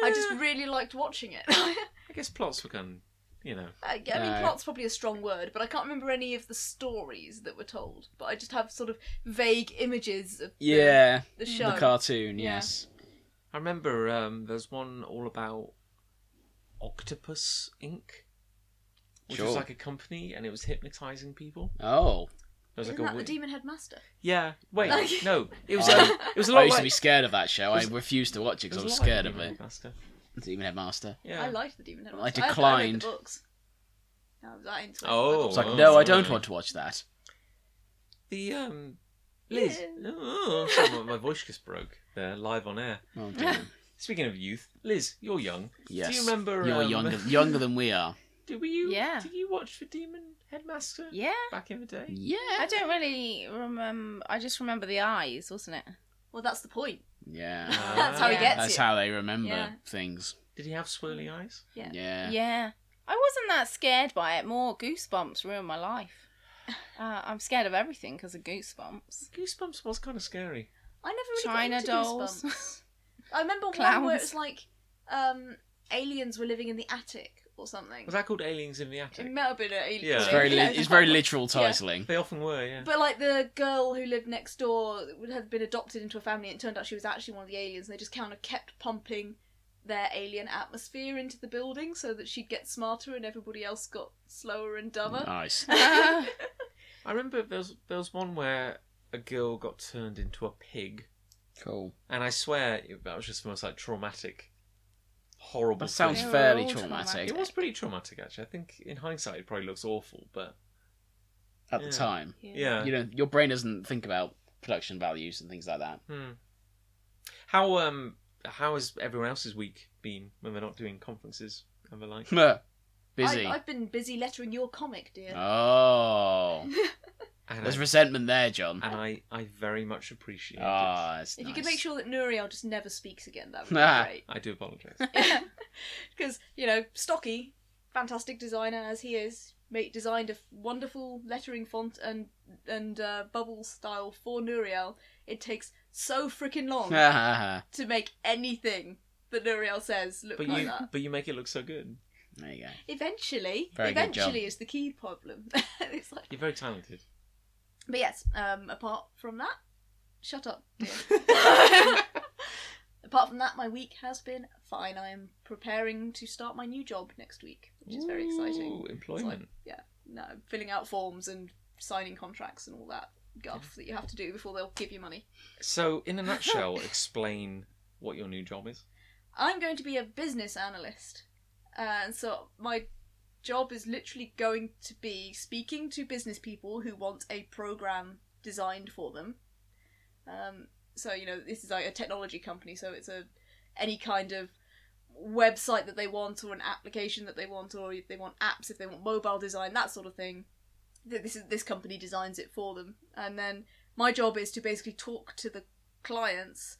C: I just
B: Eh,
C: really liked watching it. I,
B: I guess plots were kind. You know,
C: I mean,
A: No.
C: plot's probably a strong word, but I can't remember any of the stories that were told. But I just have sort of vague images of the-
A: Yeah.
C: the, show.
A: The cartoon,
C: Yeah.
A: yes.
B: I remember um, there's one all about Octopus Inc. Which
A: Sure.
B: was like a company, and it was hypnotizing people.
A: Oh.
B: It was
C: Isn't
B: like a
C: that the
B: weird-
C: Demon Headmaster?
B: yeah. Wait,
C: Like-
B: no, it was.
A: I-
B: um, it was a
A: I
B: lot
A: used
B: like.
A: to be scared of that show. I
B: It was-
A: refused to watch it
B: it
A: because I
B: a
A: was
B: lot like
A: scared of
B: Demon
A: it.
B: Master.
A: Demon Headmaster.
B: Yeah.
C: I liked the Demon Headmaster.
A: I
C: read-
A: declined.
C: I read the books. I was that into it.
B: Oh.
A: It's like,
B: Wow.
A: no, I don't want to watch that.
B: the um, Liz.
C: Yeah.
B: Oh, sorry, my- my voice just broke. There, live on air.
A: Oh, dear.
B: Speaking of youth, Liz, you're young.
A: Yes.
B: Do you remember?
A: You're
B: um,
A: younger, younger than we are.
B: Do we you?
D: Yeah.
B: Did you watch the Demon Headmaster?
D: Yeah.
B: Back in the day.
A: Yeah.
D: I don't really remember. I just remember the eyes, wasn't it?
C: Well, that's the point.
A: Yeah.
B: Ah.
C: that's how he
D: Yeah.
C: gets
A: That's
C: it.
A: how they remember
C: Yeah.
A: things.
B: Did he have swirly eyes?
C: Yeah.
A: Yeah.
D: Yeah. I wasn't that scared by it. More goosebumps ruined my life. Uh, I'm scared of everything because of goosebumps.
B: Goosebumps was kind of scary.
C: I never really
D: China
C: got into
D: dolls.
C: Goosebumps. I remember one where it
D: Clowns.
C: was like um, aliens were living in the attic or something.
B: Was that called Aliens in the Attic?
C: It might have been an alien.
B: Yeah.
A: It's very,
C: yeah,
A: li- it's very
C: quite-
A: literal
C: yeah.
A: titling.
B: They often were, yeah.
C: But like the girl who lived next door would have been adopted into a family, and it turned out she was actually one of the aliens. And they just kind of kept pumping their alien atmosphere into the building so that she'd get smarter, and everybody else got slower and dumber.
A: Nice.
D: Ah.
B: I remember there was, there was one where a girl got turned into a pig,
A: Cool.
B: and I swear it- that was just the most like traumatic, horrible.
A: That sounds
B: thing.
D: They were
A: fairly
D: all
A: traumatic
D: traumatic.
B: It was pretty traumatic, actually. I think in hindsight, it probably looks awful, but
A: at the
B: Yeah.
A: time.
B: yeah.
A: You know, your brain doesn't think about production values and things like that.
B: Hmm. How um how has everyone else's week been when they're not doing conferences and the like?
A: Meh. Busy.
C: I, I've been busy lettering your comic, dear.
A: Oh,
B: And,
A: there's
B: I,
A: resentment there, John.
B: and I I very much appreciate it.
A: Ah, it's
C: if you
A: nice.
C: could make sure that Nuriel just never speaks again, that would
A: Ah.
C: be great.
B: I do apologise.
C: Because, you know, Stocky, fantastic designer as he is, made, designed a f- wonderful lettering font and and uh, bubble style for Nuriel. It takes so freaking long
A: Ah. there
C: to make anything that Nuriel says look
B: But
C: like
B: you
C: that.
B: but you make it look so good.
A: you go.
C: Eventually,
A: Very good job.
C: eventually is the key problem. it's like,
B: You're very talented.
C: but yes, um, apart from that, shut up. dear. apart from that, my week has been fine. I am preparing to start my new job next week, which is very exciting.
B: Ooh, Employment.
C: yeah, no, filling out forms and signing contracts and all that guff that you have to do before they'll give you money.
B: So in a nutshell, explain what your new job is.
C: I'm going to be a business analyst, Uh, and so my job is literally going to be speaking to business people who want a program designed for them. Um, so you know, this is like a technology company, so it's a any kind of website that they want, or an application that they want, or if they want apps, if they want mobile design, that sort of thing. Th- This is this company designs it for them, and then my job is to basically talk to the clients,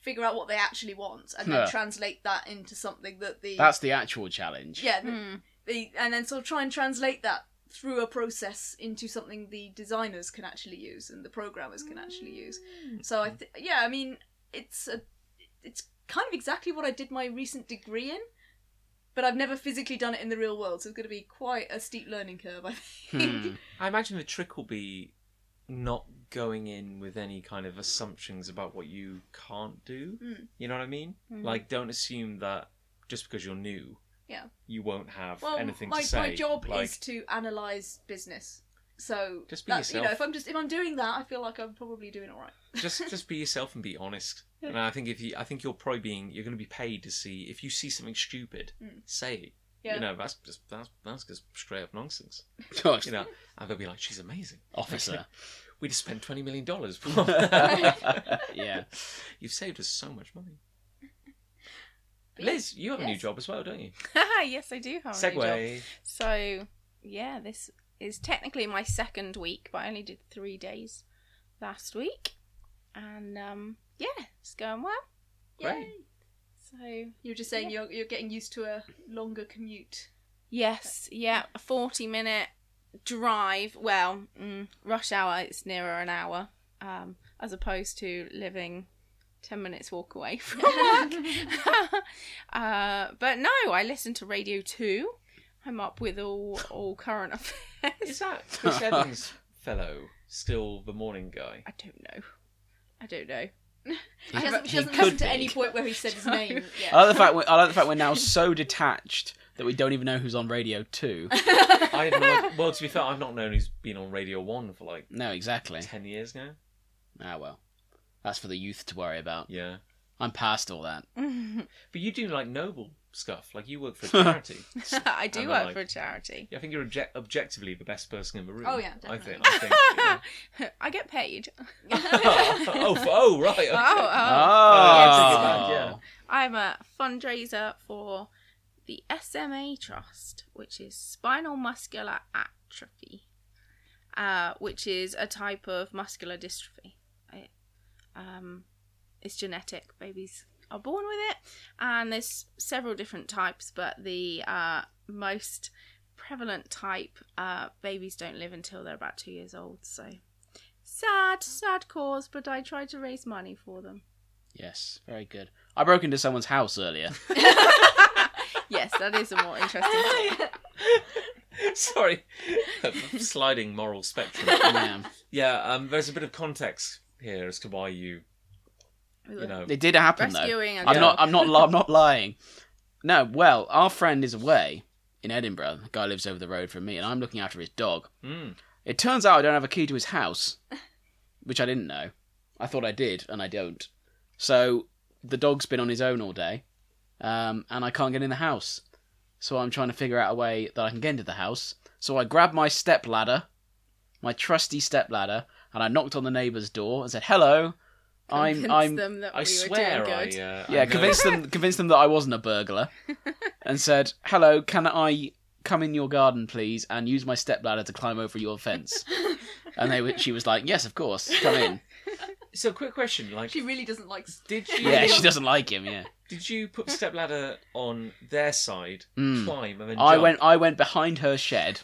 C: figure out what they actually want, and then
A: Yeah.
C: translate that into something that the
A: That's the actual challenge.
C: yeah, the,
D: Hmm.
C: the, and then sort of try and translate that through a process into something the designers can actually use and the programmers can actually use. So I th- yeah, I mean it's a it's kind of exactly what I did my recent degree in, but I've never physically done it in the real world, so it's going to be quite a steep learning curve. I think.
A: Hmm.
B: I imagine the trick will be not going in with any kind of assumptions about what you can't do.
C: Mm.
B: You know what I mean?
D: Mm.
B: Like, don't assume that just because you're new,
C: Yeah.
B: you won't have
C: well,
B: anything
C: my,
B: to say.
C: my job
B: like,
C: is to analyze business. So
B: Just be
C: that- you know,
B: yourself.
C: if I'm just if I'm doing that, I feel like I'm probably doing all right.
B: just just be yourself and be honest. And I think if you, I think you're probably being, you're going to be paid to see if you see something stupid,
C: Mm.
B: say it.
C: Yeah.
B: You know, that's just that's that's just straight up nonsense.
A: Gosh,
B: You know, and they'll be like, she's amazing.
A: officer.
B: We just spent twenty million dollars.
A: yeah.
B: You've saved us so much money.
C: But
B: Liz, you have a new
C: Yes.
B: job as well, don't you?
D: yes, I do have a new job.
B: Segway.
D: So, yeah, this is technically my second week, but I only did three days last week. And um, yeah, it's going well.
B: Great.
C: Yay.
D: So,
C: You were just saying you're you're getting used to a longer commute.
D: yes, yeah, a 40 minute drive. Well, mm, rush hour, it's nearer an hour, um, as opposed to living 10 minutes walk away from work. uh, but no, I listen to Radio 2. I'm up with all, all current affairs.
B: Is that Chris Evans fellow still the morning guy?
D: I don't know. I don't know.
C: She hasn't, she
A: he
C: hasn't
A: could
C: listened to
A: be.
C: any point where he said his name yet.
B: Uh,
A: I like the fact we're, I like the fact we're now so detached that we don't even know who's on Radio Two.
B: I have no, well, to be fair, I've not known he's been on Radio One for like
A: No, exactly.
B: ten years now.
A: Ah well, that's for the youth to worry about.
B: Yeah,
A: I'm past all that.
B: but you do like noble stuff. Like you work for a charity.
D: I
B: And
D: do
B: I
D: work
B: like-
D: for a charity.
B: I think you're obje- objectively the best person in the room.
C: Oh, yeah,
B: I think. I think yeah.
D: I get paid.
B: oh, f- oh, right. Okay.
D: Oh,
A: Oh,
B: yeah, take it back,
D: I'm a fundraiser for the SMA Trust, which is spinal muscular atrophy, uh, which is a type of muscular dystrophy. It, um, it's genetic. Babies are born with it, and there's several different types, but the uh, most prevalent type uh, babies don't live until they're about two years old. So sad, sad cause, but I try to raise money for them.
A: Yes, very good. I broke into someone's house earlier.
D: yes, that is a more interesting. thing.
B: Sorry, sliding moral spectrum.
A: yeah.
B: Yeah, um, there's a bit of context here as to why you,
D: We were
B: you know,
A: It did happen though.
D: rescuing a
A: I'm
D: dog.
A: not. I'm not. Li- I'm not lying. No. Well, our friend is away in Edinburgh. The guy lives over the road from me, and I'm looking after his dog.
B: mm,
A: It turns out I don't have a key to his house, which I didn't know. I thought I did, and I don't. So the dog's been on his own all day, um, and I can't get in the house. So I'm trying to figure out a way that I can get into the house. So I grabbed my step ladder, my trusty step ladder, and I knocked on the neighbour's door and said, "Hello, I'm
D: Convince
A: I'm
D: them that
B: I
D: we
B: swear
D: were doing
B: I,
D: good.
B: uh, I
A: yeah,
B: know-
A: convinced them convinced them that I wasn't a burglar, and said, "Hello, can I come in your garden, please, and use my stepladder to climb over your fence?" And they, were- she was like, "Yes, of course, come in."
B: So, quick question: like,
C: She really doesn't like. s-
B: did you
A: Yeah, she doesn't like him. Yeah,
B: did you put stepladder on their side,
A: Mm.
B: climb, and then
A: I
B: jump?
A: went I went behind her shed,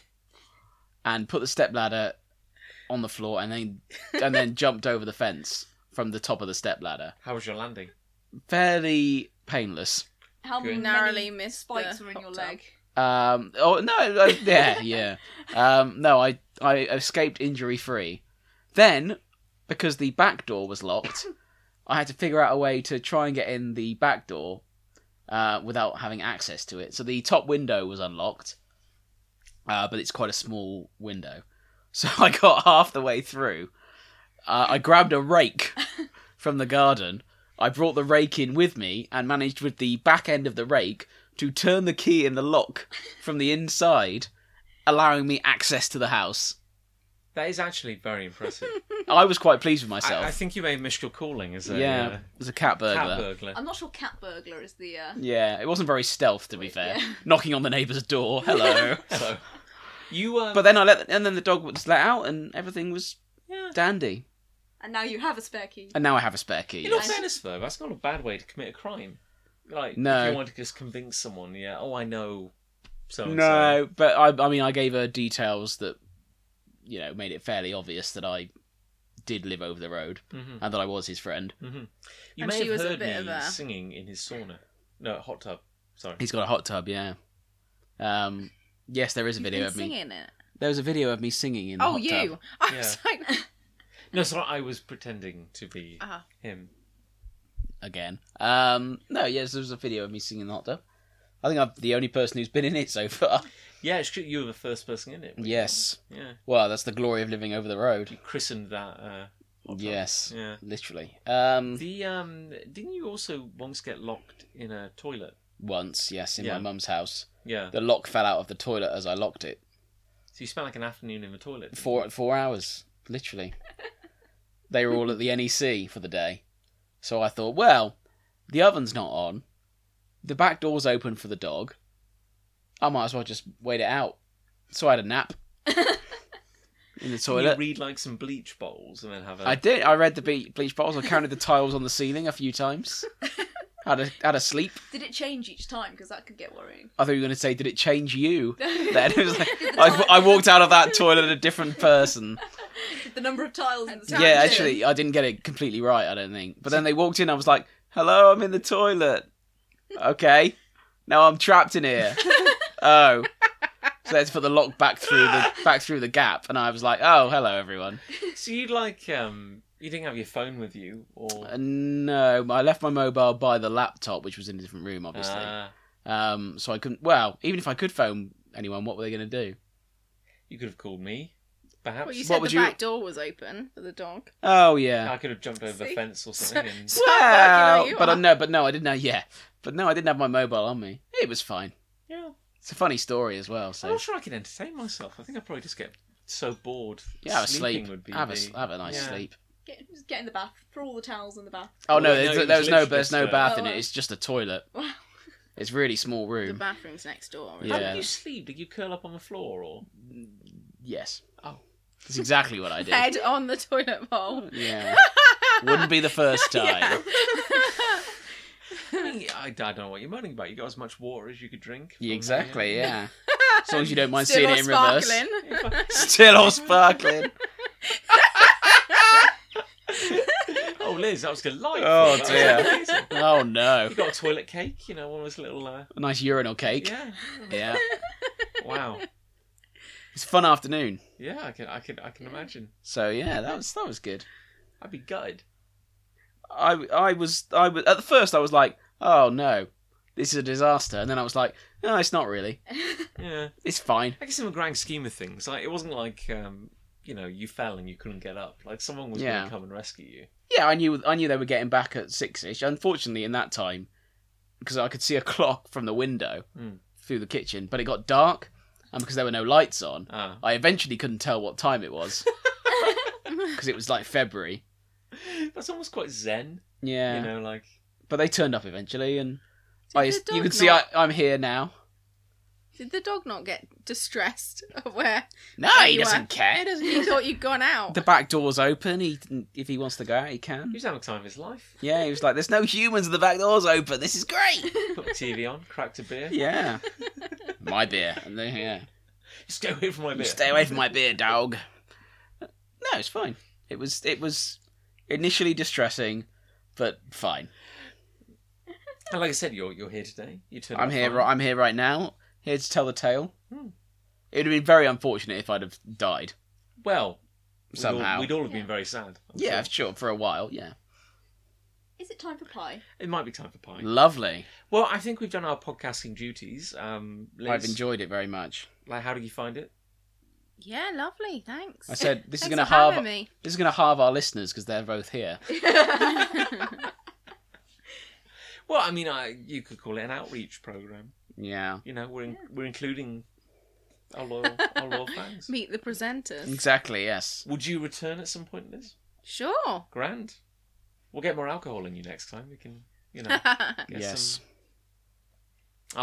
A: and put the stepladder on the floor, and then and then jumped over the fence from the top of the stepladder,
B: How was your landing?
A: fairly painless.
C: How
A: uh,
B: Good.
C: many
D: Narrowly missed
C: spikes
D: the
C: were in your
D: hot tub.
C: leg?
A: Um. Oh no. uh, yeah. Yeah. Um. No. I I escaped injury free. Then, because the back door was locked, I had to figure out a way to try and get in the back door, uh, without having access to it. So the top window was unlocked, uh, but it's quite a small window. So I got half the way through. Uh, I grabbed a rake from the garden. I brought the rake in with me and managed with the back end of the rake to turn the key in the lock from the inside, allowing me access to the house.
B: That is actually very impressive.
A: I was quite pleased with
B: I,
A: myself.
B: I think you may have missed your calling as a
A: yeah,
B: uh,
A: it was a cat burglar.
B: cat burglar.
C: I'm not sure cat burglar is the. Uh...
A: Yeah, it wasn't very stealth, to be
C: Wait,
A: fair.
C: yeah.
A: Knocking on the neighbour's door, hello.
B: Hello. You um,
A: but then I let, and then the dog was let out, and everything was
B: Yeah.
A: dandy.
C: And now you have a spare key.
B: Uh,
A: And now I have a spare key.
B: In all
A: yes.
C: I-
B: fairness, though, that's not a bad way to commit a crime. Like,
A: No.
B: if you want to just convince someone, yeah, oh, I know. So
A: No, but I, I mean, I gave her details that, you know, made it fairly obvious that I did live over the road
B: Mm-hmm.
A: and that I was his friend.
B: Mm-hmm. You
D: And
B: may
D: she
B: have
D: was a
B: heard
D: bit
B: me
D: of a-
B: singing in his sauna. No, hot tub. Sorry.
A: He's got a hot tub, yeah. Um, yes, there is a
D: You've
A: video
D: been
A: of me.
D: singing it.
A: There was a video of me singing in the
D: Oh,
A: hot
D: you!
A: tub.
D: I
B: Yeah.
D: was like,
B: No, sorry, I was pretending to be
D: Ah.
B: him.
A: again. Um, no, yes, there was a video of me singing in the hot tub. I think I'm the only person who's been in it so far.
B: Yeah, it's true. You were the first person in it. weren't you?
A: yes.
B: Yeah.
A: Well, that's the glory of living over the
B: You
A: road.
B: christened that. Uh, hot tub.
A: Yes,
B: Yeah.
A: literally. Um,
B: The um, didn't you also once get locked in a toilet?
A: once, yes, in
B: Yeah.
A: my mum's house,
B: Yeah.
A: the lock fell out of the toilet as I locked it.
B: So you spent like an afternoon in the toilet. didn't
A: Four four hours, literally. they were all at the NEC for the day, so I thought, well, the oven's not on, the back door's open for the dog. I might as well just wait it out. So I had a nap in the
B: you? Didn't you
A: toilet.
B: read like some bleach bowls and then have a.
A: I did. I read the be- bleach bottles. I counted the tiles on the ceiling a few times. Had a had a sleep.
C: Did it change each time? Because that could get worrying.
A: I thought you were going to say, "Did it change you?" Then
C: Did
A: it was like,
C: Did the
A: I, I
C: tiles-
A: walked out of that toilet a different person.
C: the number of tiles in the
A: yeah,
C: sandwich.
A: actually, I didn't get it completely right. I don't think. But then they walked in. I was like, "Hello, I'm in the toilet." Okay, now I'm trapped in here. Oh, so let's put the lock back through the back through the gap. And I was like, "Oh, hello, everyone."
B: So you like um you didn't have your phone with you or
A: Uh, no, I left my mobile by the laptop, which was in a different room, obviously.
B: Ah,
A: Um, so I couldn't. Well, even if I could phone anyone, what were they going to do?
B: you could have called me, perhaps.
D: well, you
A: What
D: said
A: would
D: the
A: you-
D: back door was open for the dog.
A: Oh yeah.
B: I could have jumped over the
D: See?
B: fence or
D: So-
B: something. And...
D: so lucky that you
A: but I
D: are.
A: no, but no, I didn't have. Yeah, but no, I didn't have my mobile on me. It was fine.
B: Yeah,
A: It's a funny story as well.
B: I'm
A: So
B: not sure I could entertain myself. I think I'd probably just get so bored.
A: yeah, have a
B: Sleeping
A: sleep.
B: would be
A: have a uh,
B: the-
A: have a nice
B: yeah.
A: sleep.
C: Get, just get in the bath. Throw all the towels in the bath.
A: Oh
B: Well,
A: no,
B: no,
A: there's,
B: it was
A: there's no
B: literally
A: there's no
B: just uh, a-
A: bath
C: Oh,
A: in it.
C: wow.
A: It's just a toilet.
C: Wow.
A: It's a really small
D: The
A: room.
D: bathroom's next door.
A: Yeah.
B: How did you sleep? Did you curl up on the floor or?
A: Yes.
B: Oh.
A: that's exactly what I did.
D: Head on the toilet bowl.
A: Yeah, wouldn't be the first time.
D: Yeah.
B: I, mean, I, I don't know what you're moaning about. You got as much water as you could drink.
A: Yeah,
B: from-
A: exactly. Yeah, as long as you don't mind
D: Still
A: seeing it in reverse.
D: sparkling.
B: yeah.
A: Still all sparkling.
B: oh, Liz, that was delightful.
A: Oh,
B: That was
A: dear.
B: amazing.
A: Oh no.
B: You got a toilet cake, you know, one of those little. Uh,
A: A nice urinal cake.
B: yeah.
A: Yeah.
B: Wow.
A: It's a fun afternoon.
B: Yeah, I can, I can, I can imagine.
A: So yeah, that was that was good.
B: I'd be gutted.
A: I I was I was at the first I was like, oh no, this is a disaster, and then I was like, no, it's not really.
B: Yeah.
A: It's fine.
B: I guess in the grand scheme of things, like it wasn't like um, you know you fell and you couldn't get up. Like someone was going
A: Yeah.
B: to come and rescue you.
A: Yeah, I knew I knew they were getting back at six ish. Unfortunately, in that time, because I could see a clock from the window
B: Mm.
A: through the kitchen, but it got dark, and because there were no lights on,
B: Ah,
A: I eventually couldn't tell what time it was because it was like February.
B: that's almost quite zen.
A: Yeah,
B: You know, like
A: but they turned up eventually, and
D: Did
A: I
D: the
A: just-
D: dog
A: you can see I,
D: not-
A: I'm here now.
D: Did the dog not get distressed of where
A: No,
D: There
A: he
D: you
A: doesn't
D: are.
A: care.
D: you thought you'd gone out?
A: The back door's open. He didn't- if he wants to go out, he can.
B: he was having a time of his life.
A: Yeah, he was like, "There's no humans. The back door's open. This is great."
B: Put the TV on, cracked a beer.
A: Yeah, my beer. And then, yeah,
B: Stay away from my
A: You
B: beer.
A: stay away from my beer, dog. No, it's fine. It was it was initially distressing, but fine.
B: And like I said, you're you're here today. You turned.
A: I'm
B: up
A: here.
B: fine.
A: ri- I'm here right now. Here to tell the tale.
B: Hmm.
A: It would have been very unfortunate if I'd have died
B: Well, we'd all-
A: somehow.
B: we'd all have
C: Yeah.
B: been very sad. I'm
A: yeah,
B: sure.
A: sure. For a while, yeah.
C: Is it time for pie?
B: it might be time for pie.
A: Lovely.
B: Well, I think we've done our podcasting duties. Um, Liz,
A: I've enjoyed it very much.
B: Like, how did you find it?
D: Yeah, lovely. Thanks.
A: I said this is
D: Thanks
A: going to
D: for having
A: halve.
D: me.
A: This is going to halve our listeners because they're both here.
B: Well, I mean, I you could call it an outreach program.
A: Yeah,
B: You know, we're in,
C: Yeah.
B: we're including our loyal our loyal fans.
D: Meet the presenters.
A: exactly. Yes.
B: Would you return at some point, Liz?
D: Sure.
B: Grand. We'll get more alcohol in you next time. We can, you know, get
A: yes.
B: some.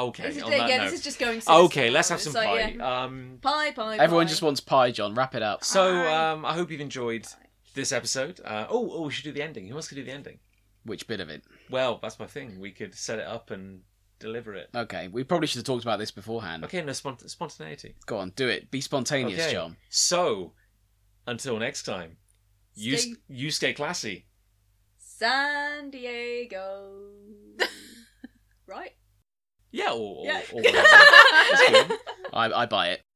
B: Okay.
C: this is,
B: on that
C: again,
B: note.
C: this is just going. sinister
B: okay, let's
C: now.
B: have some
C: It's like,
B: pie.
C: yeah.
B: Um,
C: Pie, pie.
A: Everyone
C: pie.
A: just wants pie, John. Wrap it up.
B: so
D: Pie.
B: um, I hope you've enjoyed this episode. Uh, oh, oh, we should do the ending. Who wants to do the ending?
A: Which bit of it?
B: Well, that's my thing. We could set it up and deliver it.
A: Okay, we probably should have talked about this beforehand.
B: Okay, no spont- spontaneity.
A: Go on, do it. Be spontaneous,
B: Okay.
A: John.
B: So, until next time, you
C: Stay-
B: s- you stay classy.
C: San Diego. right.
B: Yeah, or, or,
C: Yeah.
B: or whatever. That's good.
A: I, I buy it.